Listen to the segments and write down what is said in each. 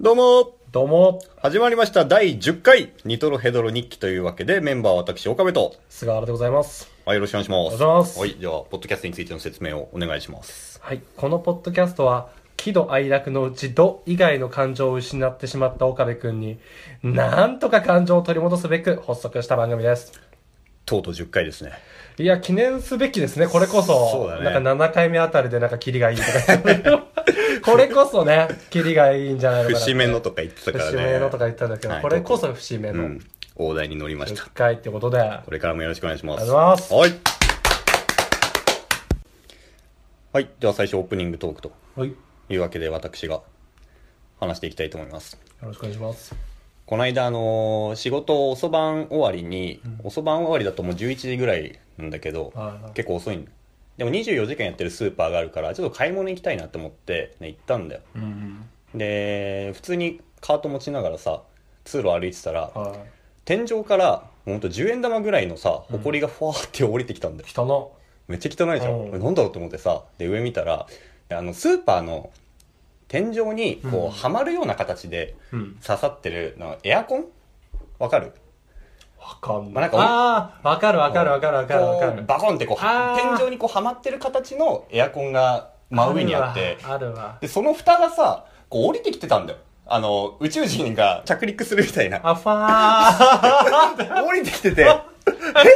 どうもどうも、始まりました第10回ニトロヘドロ日記というわけでメンバーは私岡部と菅原でございます。はいよろしくお願いしますお願いしますはいじゃあポッドキャストについての説明をお願いしますはい、このポッドキャストは、喜怒哀楽のうち怒以外の感情を失ってしまった岡部くんに、なんとか感情を取り戻すべく発足した番組です。とうとう10回ですねいや、記念すべきですね、これこそ。そうだねなんか7回目あたりでなんかキリがいいと か。これこそね、キリがいいんじゃないのかな。節目のとか言ってたからね節目のとか言ったんだけど、はいこれこそ節目うのん大台に乗りました10回ってことで。これからもよろしくお願いしますお願いしますはいはいでは最初オープニングトークとはい。よいうわけで私が話していきたいと思いますろしくお願いします。この間、あのー仕事遅番終わりに、遅番終わりだともう11時ぐらいなんだけど、はいはい結構遅いんでも24時間やってるスーパーがあるからちょっと買い物行きたいなと思って、ね、行ったんだようん。で普通にカート持ちながらさ通路歩いてたらは天井からほんと10円玉ぐらいのさ埃がふわーって降りてきたんだよい。、人の、めっちゃ汚いじゃん、うんなんだろうと思ってさで上見たらであのスーパーの天井にこう、はまるような形でうん。刺さってるのエアコンわかるわかんまあなんない。かああ、わかるわかるわかるわかるわかこうる。バコンってこうあー天井にこうはまってる形のエアコンが真上にあってあるわ。でその蓋がさこう降りてきてたんだよあの宇宙人が着陸するみたいなあ、ファ ー降りてきててえ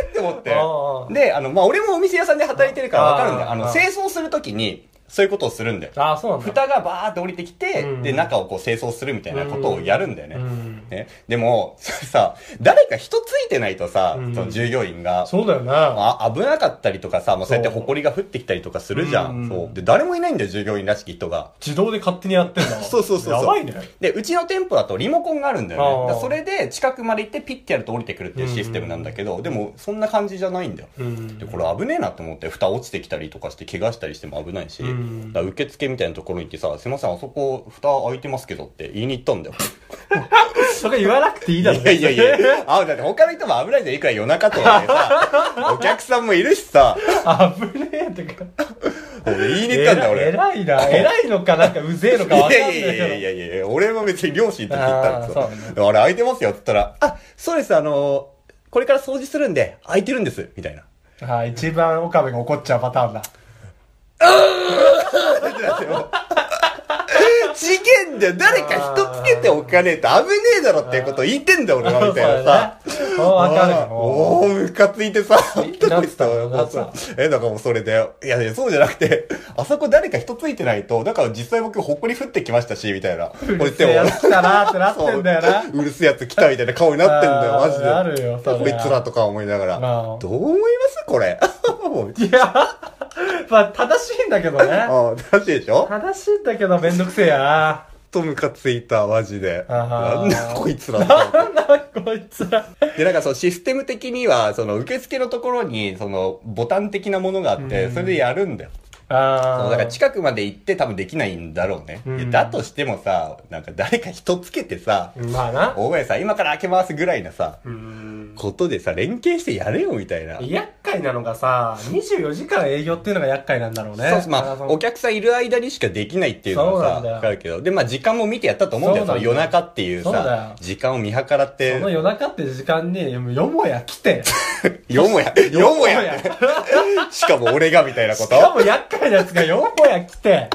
って思っておうおうであの、まあ、俺もお店屋さんで働いてるからわかるんだよああのー清掃するときにそういうことをするんだよあ、そうなんだ。蓋がバーって降りてきて、うんで中をこう清掃するみたいなことをやるんだよね、うんね、でも、それさ、誰か人ついてないとさ、うんその従業員が、そうだよね。あ危なかったりとかさ、もうそうやってそう埃が降ってきたりとかするじゃん。うんそう。で、誰もいないんだよ、従業員らしき人が。自動で勝手にやってんだ。そうそうそうそうやばいね。で、うちの店舗だとリモコンがあるんだよあねー。だからそれで近くまで行ってピッてやると降りてくるっていうシステムなんだけど、でもそんな感じじゃないんだよ。うんで、これ危ねえなと思って、蓋落ちてきたりとかして怪我したりしても危ないし、うんだから受付みたいなところに行ってさ、すいません、あそこ蓋開いてますけどって言いに行ったんだよ。そこ言わなくていいいだやろ。いやいやいや。あ、だって他の人も危ないじゃん。いくら夜中とかで さ、お客さんもいるしさ、危ねえってか。俺言いに行ったんだ俺。偉いな。偉いのか、なんかうぜえのいかわかんなやいいけど。やいやいやいや、俺は別に両親と言ったんですあよーそう。であれ空いてますよって言ったら、あ、そうです、あのー、これから掃除するんで、空いてるんです、みた いな。はい、一番岡部が怒っちゃうパターンだ。事件だよ、誰か人つけておかねえと危ねえだろっていうことを言ってんだよ俺は、みたいなさ。そうだね。もうわかるよ。も うおおー、ムカついてさ、本当にさ、なもっうてたなさっ、 え、だからもうそれで、いやいや、そうじゃなくて、 あそこ誰か人ついてないと、だから実際僕、ほっこり降ってきましたし、みたいな。こうるせえやつ来たなってなってんだよな。うるせえやつ来たみたいな顔になってんだよ、あーマジで。なるよそりゃこいつらとか思いながら。まあどう思いますこれ。 もういや、まあ正しいんだけどね。あー正しいでしょ正しいんだけどめんどくせえや。とムカついた、マジで。あなーんだこいつらって。なんだこいつら。で、なんかそのシステム的には、その受付のところに、そのボタン的なものがあって、それでやるんだよ。そあうあ。だから近くまで行って多分できないんだろうね。うんいやだとしてもさ、なんか誰か人つけてさ、まあな。大家さん今から開けますぐらいなさ、うん。ことでさ、連携してやれよみたいな。厄介なのがさ、24時間営業っていうのが厄介なんだろうね。そうそうまマあラソンお客さんいる間にしかできないっていうのそうがなさんだよ分かるけどでまあ時間も見てやったと思うんだよそうそのなんだよ夜中っていうそうだよさ時間を見計らっそのて夜中って時間に、もうよもや来て。よもやよもや よしかも俺がみたいなこしかとも厄介なやつがよもや来て。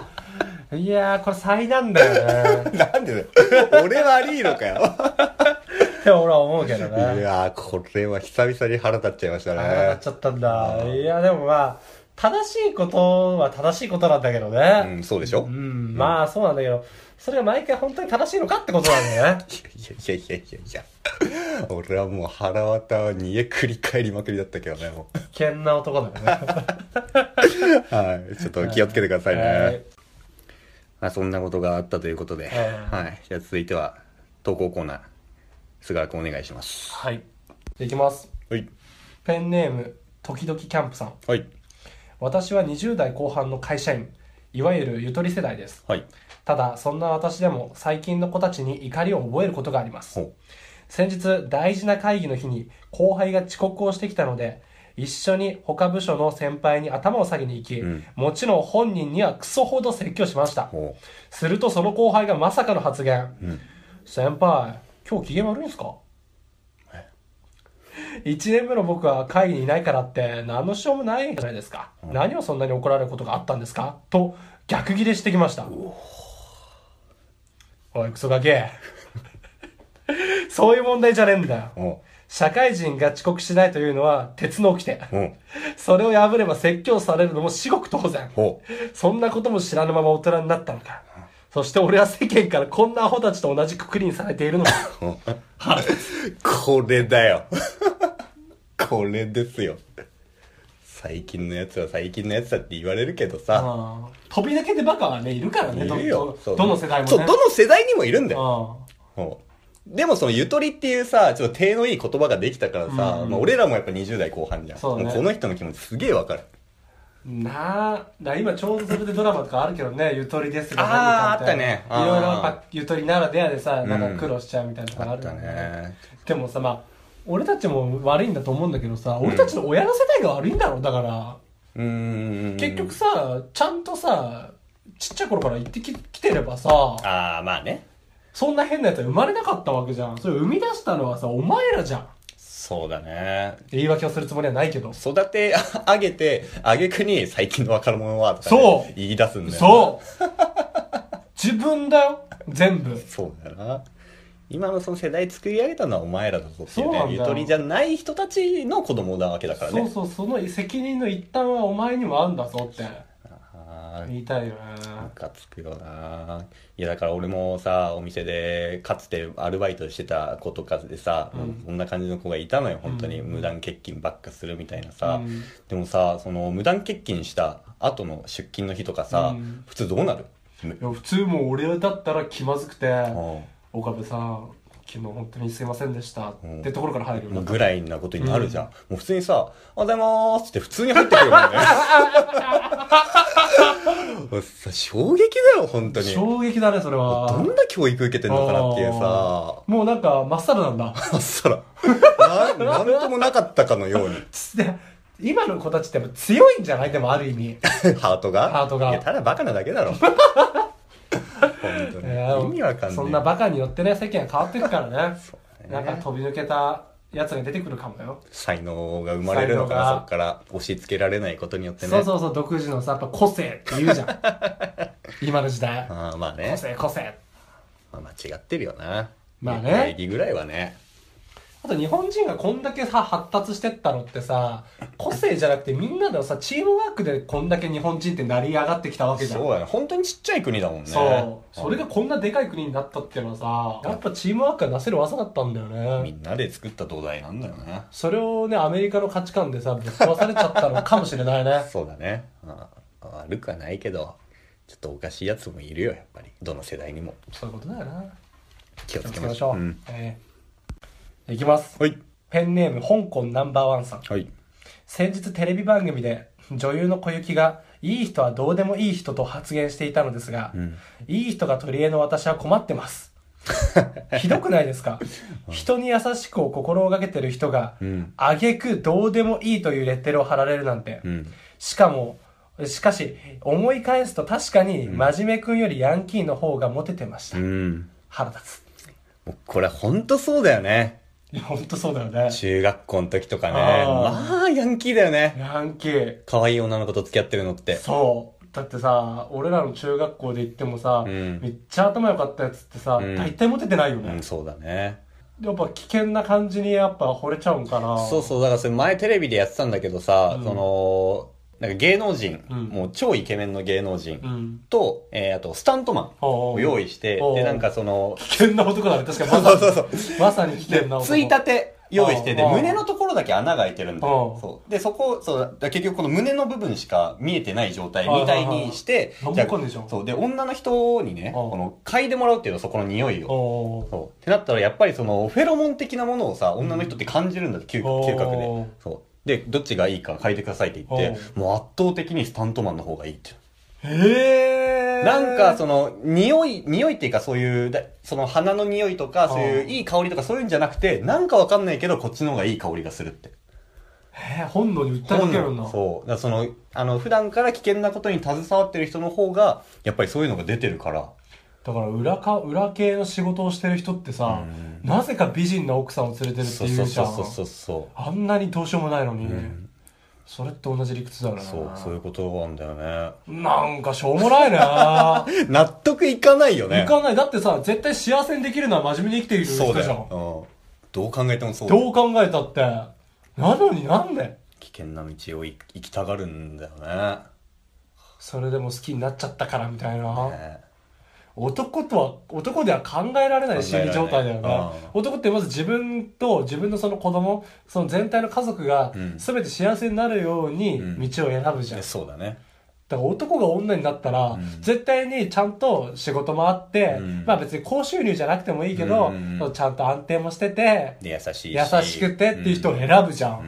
いやー、これ災難だよね。なんでだよ俺は悪いのかよって俺は思うけどいね。やーこれは久々に腹立っちゃいましたああ、なっねちゃったんだ。いや、でもまあ、正しいことは正しいことなんだけどね。うんそうでしょうん、まあそうなんだけど、それが毎回本当に正しいのかってことなんだよ ね。いやいやいやいやいや俺はもう腹渡は煮え繰り返りまくりだったけどねもう危険な男だよね。 はいちょっと気をつけてくださいね、はいまあ、そんなことがあったということで、ええはい。じゃあ続いては、投稿コーナー、菅原君お願いします。はい。じゃあいきます。はい。ペンネーム、時々キャンプさん。はい。私は20代後半の会社員、いわゆるゆとり世代です。はい。ただ、そんな私でも最近の子たちに怒りを覚えることがあります。ほ先日、大事な会議の日に後輩が遅刻をしてきたので、一緒に他部署の先輩に頭を下げに行き、うんもちろん本人にはクソほど説教しました。ほするとその後輩がまさかの発言。う。うん。先輩、今日機嫌悪いんすか ?1 年目の僕は会議にいないからって何の支障もないじゃないですか。何をそんなに怒られることがあったんですかと逆ギレしてきました。おい、クソガキ。そういう問題じゃねえんだよ。ほ社会人が遅刻しないというのは鉄の掟。う。うん。それを破れば説教されるのも至極当然。ほう。そんなことも知らぬまま大人になったのか。そして俺は世間からこんなアホたちと同じくくりにされているのか。これだよ。 これですよ。最近のやつは最近のやつだって言われるけどさ。うん飛び抜けてバカはね、いるからね、いどるよ。そどうどの世代もね。そう、どの世代にもいるんだよ。うんほうでもそのゆとりっていうさ、ちょっと手のいい言葉ができたからさ、うんまあ俺らもやっぱ20代後半じゃん。そうだねもうこの人の気持ちすげえわかる。なあ、だ今ちょうどそれでドラマとかあるけどね、ゆとりですがあー何かみいなあったねあーいろいろやっぱゆとりならではでさ、なんか苦労しちゃうみたいなとこあるよあったねでもさ、まあ、俺たちも悪いんだと思うんだけどさ、俺たちの親の世代が悪いんだろう、だから。うーん。結局。さ、ちゃんとさ、ちっちゃい頃から行ってき来てればさ、ああ、まあね。そんな変なやつは生まれなかったわけじゃん。それを生み出したのはさ、お前らじゃん。そうだね。言い訳をするつもりはないけど。育て上げて、あげくに最近の若者はとか、そう言い出すんだよな。そう自分だよ全部。そうだよな。今のその世代作り上げたのはお前らだぞっていうそうねなんだゆよとりじゃない人たちの子供なわけだからね。そうそう、その責任の一端はお前にもあるんだぞってあー言いたいよね。ムカつくよないやだから俺もさお店でかつてアルバイトしてた子とかでさ、うんそんな感じの子がいたのよ本当に、うん無断欠勤ばっかするみたいなさ、うんでもさその無断欠勤した後の出勤の日とかさ、うん普通どうなるいや普通もう俺だったら気まずくて、うん岡部さん、昨日本当にすいませんでしたうんってところから入るよもうね。ぐらいなことになるじゃん、もう普通にさ「おはようございます」って普通に入ってくる もんねもうさ衝撃だよ本当に衝撃だね、それは。どんな教育受けてんのかなっていうさあーもうなんかまっさらなんだ あっさら。な、なんともなかったかのように。つで今の子たちってやっぱ強いんじゃないでもある意味ハートがハートがいや、ただバカなだけだろ。本当いやに。意味わかんない。そんなバカによってね世間は変わっていくから ねうねなんか飛び抜けたやつが出てくるかもよ、才能が生まれるのか才な、能がそっから。押し付けられないことによってね。そうそうそう独自のさやっぱ個性って言うじゃん 今の時代あーまあね個。性個性まあ間違ってるよな。まあね礼儀ぐらいはね。あと日本人がこんだけさ発達してったのってさ個性じゃなくてみんなのさチームワークでこんだけ日本人って成り上がってきたわけじゃんそうやね。本当にちっちゃい国だもんね。そう。それがこんなでかい国になったっていうのはさ、やっぱチームワークがなせる技だったんだよみね。んなで作った土台なんだよね。。それをね、アメリカの価値観でさ、ぶっ壊されちゃったのかもしれないねそうだね。あ悪くはないけど、ちょっとおかしいやつもいるよ、やっぱり。どの世代にも。そういうことだよな。気を気をつつけけままししょょう。う。うんえーいきます。はい。ペンネーム、香港ナンバーワンさん。はい。先日テレビ番組で、女優の小雪が、いい人はどうでもいい人と発言していたのですが、いい人が取り柄の私は困って ます。ひどくないですか人に優しくを心がけてる人が、うん。あげくどうでもいいというレッテルを貼られるなんて。うん。しかも、しかし、思い返すと確かに、真面目くんよりヤンキーの方がモテてました。うん。腹立つ。もうこれほんとそうだよね。いや、ほんとそうだよね。中学校の時とかね。あーまあ、ヤンキーだよね。ヤンキー。可愛い女の子と付き合ってるのって。そう。だってさ、俺らの中学校で言ってもさ、うんめっちゃ頭良かったやつってさ、ん大体モテてないようねん、。そうだね。やっぱ危険な感じにやっぱ惚れちゃうんかな。そうそう、だからそれ前テレビでやってたんだけどさ、んその、なんか芸能人、うんもう超イケメンの芸能人うん。と、えー、あとスタントマンおうおうを用意して、おうおうで、なんかその、危険な男だね。確かにまさそうそに。うそう。まさに危険な男。ついたて用意してて、うん胸のところだけ穴が開いてるんだようんそう。で、そこ、そう、だから結局この胸の部分しか見えてない状態はいみはいはたいいにして、なんじゃもあかんでしょそう。で、女の人にね、うんこの、嗅いでもらうっていうのそこの匂いを。おーそう。ってなったら、やっぱりその、フェロモン的なものをさ、女の人って感じるんだって、嗅うん嗅覚うでん。そう。で、どっちがいいか嗅いでくださいって言って、もう圧倒的にスタントマンの方がいいって。へえ。なんか、その、匂い、匂いっていうかそういう、だその花の匂いとか、そういううんいい香りとかそういうんじゃなくて、なんかわかんないけど、こっちの方がいい香りがするって。えー本能に訴えかけるんだそうだからそのあの普段から危険なことに携わってる人の方がやっぱりそういうのが出てるからだから裏か裏系の仕事をしてる人ってさ、うなぜか美人な奥さんを連れてるってそういそううじそゃうんそうそうそあんなにどうしようもないのに、んそれと同じ理屈だようねそうそういうことなんだよなんかしょうもないなね納得いかない よねいかないだってさ絶対幸せにできるのは真面目に生きているそ人うだじゃんよ、うん、どう考えてもそうだよどう考えたってなのになんで危険な道をい行きたがるんだよそれでも好きになっちゃったからみたいな、ねね男とは男では考えられない心理状態だよ考えられなねい男ってまず自分と自分のその子供その全体の家族がうん全て幸せになるようにうん道を選ぶじゃん、えそうだねだから男が女になったら、ん絶対にちゃんと仕事もあって、うんまあ別に高収入じゃなくてもいいけど、うんちゃんと安定もしててで優しいし優しくてっていう人を選ぶじゃん、うん、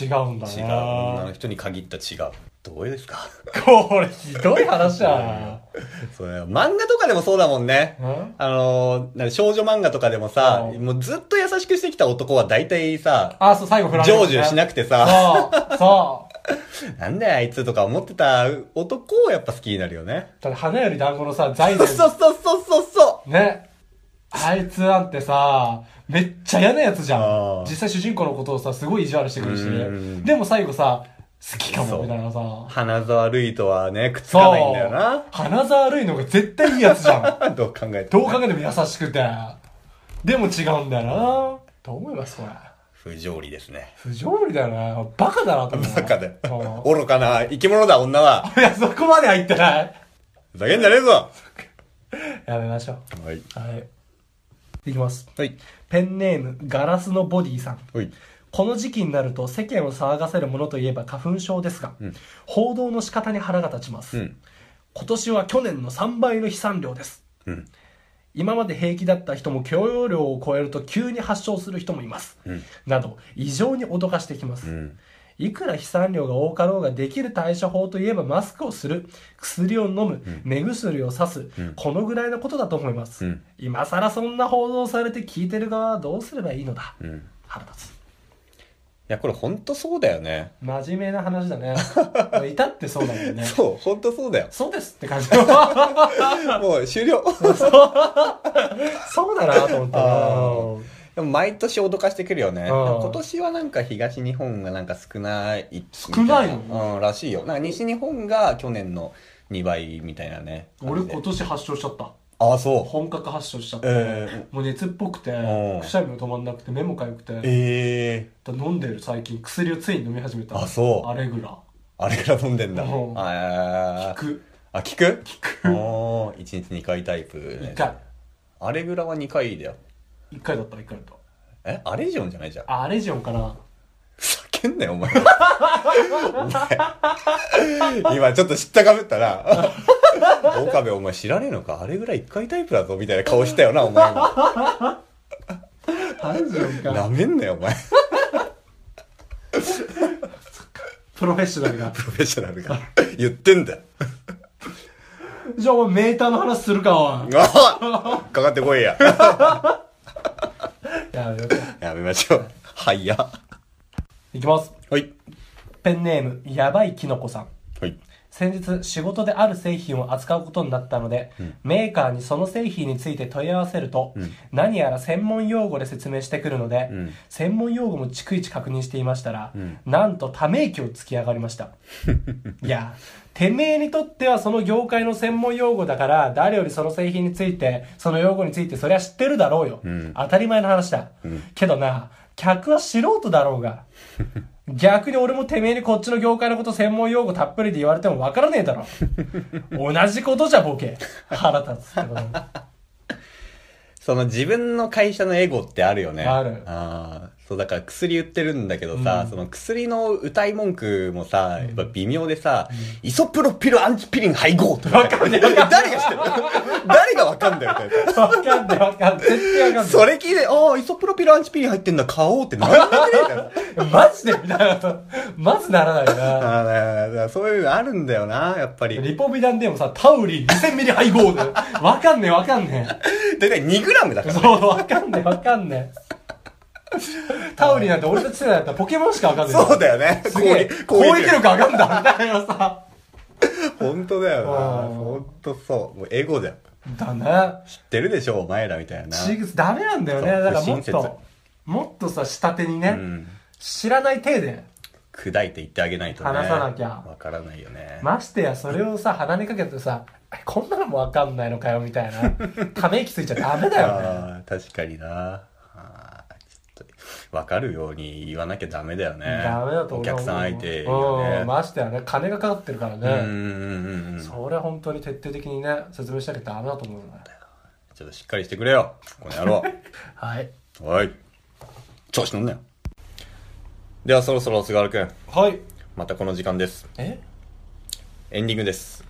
違うんだうん違うな女の人に限った違うどうですか これひどい話だそれは漫画とかでもそうだもんねな、うんあのーなに少女漫画とかでもさ、うんもうずっと優しくしてきた男は大体さ、あ、そう、最後振られる、成就しなくくててさ、そう、そ う。なんだよあいつとか思ってた男をやっぱ好きになるよね。だって花より団子のさ、財そう前。そうそうそうそうね。あいつなんてさ、めっちゃ嫌なやつじゃあんー。実際主人公のことをさ、すごい意地悪してくるしうね。んでも最後さ、好きかそも、うみたいなさ。花沢るいとはね、くっつそうかないんだよな。。花沢るいのが絶対いいやつじゃ ん。どう考えてどうもね、考えても優しくて。でも違うんだよな。と思います、これ。不条理ですね。不条理だよな。バカだなと思う。バカだよそ。愚かな生き物だ、女は。う。いや、そこまで入ってない。ふざけんじゃねえぞやめましょう。はい。はい。いきます。はい。ペンネーム、ガラスのボディさん。はい。この時期になると世間を騒がせるものといえば花粉症ですが、うん報道の仕方に腹が立ちます、うん。今年は去年の3倍の飛散量です。うん。今まで平気だった人も許容量を超えると急に発症する人もいます。うん。など、異常に脅かしてきます。うん。いくら飛散量が多かろうができる対処法といえばマスクをする、薬を飲む、目薬をさす、うんこのぐらいのことだと思います。うん今更そんな報道されて聞いてる側はどうすればいいのだ。うん。い腹立つ。や、これほんとそうだよね。真面目な話だ ね。いたってそうだもんね。そう、ほんとそうだ よ。そうですって感じ。そもう終了。 うだなと思ったあな。でも毎年脅かしてくるよね。うん今年はなんか東日本がなんか少ない。少ないのみたうん、らしいよ。なんか西日本が去年の2倍みたいなね。俺感じで今年発症しちゃった。あ、そ本格発症しちゃった。えもう熱っぽくてうん、くしゃみも止まんなくて、目もかゆくて、う。ええだから飲んでる最近、薬をついに飲み始めた。あそうアレグラ。あれから飲んでんだ。うんあー効く。あ、聞く効く。おー、1日2回タイプ、ね。一回。あれぐらは2回だよ。一回だった、一回だった。えアレジオンじゃないじゃん。あ、アレジオンかな。ふざけんなよ、お前。お前今ちょっと知ったかぶったな。岡部、お前知らねえのかあれぐらい一回タイプだぞ、みたいな顔したよな、お前も。アレジオンか。なめんなよ、お前。プロフェッショナルが。プロフェッショナルが。言ってんだよ。じゃあお前メーターの話するか、おい。おいかかってこいや。やめようやめましょう。はいや。いきます。はい。ペンネーム、やばいきのこさん。はい。先日、仕事である製品を扱うことになったので、メーカーにその製品について問い合わせると、何やら専門用語で説明してくるので、ん専門用語も逐一確認していましたら、なんとため息をつき上がりま した。いや、てめえにとってはその業界の専門用語だから、誰よりその製品について、その用語についてそりゃ知ってるだろうよ。当たり前の話だ。けどな、客は素人だろうが。逆に俺もてめえにこっちの業界のこと専門用語たっぷりで言われても分からねえだろ同じことじゃボケ腹立つってことその自分の会社のエゴってあるよね。あるあーそう、だから薬売ってるんだけどさ、その薬の歌い文句もさ、やっぱ微妙でさ、イソプロピルアンチピリン配合とか。わかんねえ 誰が知ってる誰がわかんだよ、みたいな。分かんない分かんない絶対分かんそれ聞いて、ああ、イソプロピルアンチピリン入ってんだ、買おうってなんだねえだ ろ。ないマジでみたいなまずならないなあーだからそういうのあるんだよな、やっぱり。リポビダンでもさタウリン2000ミリ配合で分かんねえ分かんねだいたい2グラムだかえら。そう分かんねえ分かんねえタオリなんて俺たち世代だったらポケモンしかわかんない。そうだよね。すげえ、攻撃力上がるんだ、みたいなさ。本当だよな。うん本当そう。もうエゴだよ。だね。知ってるでしょ、お前らみたいな。シーグスダメなんだよね。そうだからもっ不親切と、もっとさ、下手にね、うん知らない体で、砕いて言ってあげないとね。話さなきゃわからないよね。ましてやそれをさ、鼻にかけてさ、えこんなのもわかんないのかよ、みた いな。ため息ついちゃダメだよね。あー確かにな。あーちょっとわかるように言わなきゃダメだよね。ダメだとお俺は客思うさん相手ようねん、。ましてやね、金がかかってるからうんうんね。うんうん。ちょそれは本当に徹底的にね、説明しなきゃダメだと思うよね。っとしっかりしてくれよ。この野郎。はい。 はい。調子乗んなよ。ではそろそろ菅原くん、はい。またこの時間です。えエンディングです。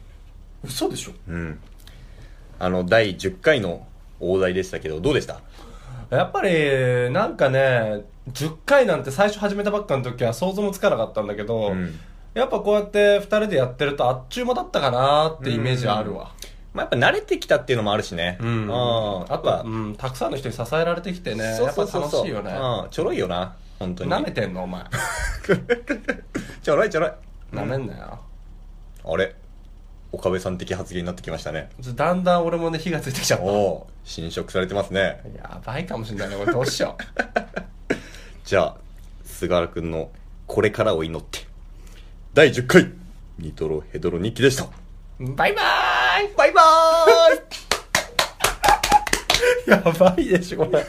嘘でしょうん。あの、第10回の大台でしたけど、どうでしたやっぱりなんかね10回なんて最初始めたばっかの時は想像もつかなかったんだけど、うんやっぱこうやって2人でやってるとあっちゅう間だったかなってイメージあるわまあ、やっぱ慣れてきたっていうのもあるしね。うんああとは、うん、たくさんの人に支えられてきてねそうそうやそっうぱそう楽しいよねうん、ちょろいよな。本当に。なめてんのお前ちょろいちょろい。なめんなよ、あれ岡部さん的発言になってきましたね。ちょだんだん俺もね火がついてきちゃっおたおー侵食されてますね。やばいかもしれないねこれどうしようじゃあ、菅原くんのこれからを祈って、第10回、ニトロヘドロ日記でした。バイバーイバイバーイ やばいでしょこれ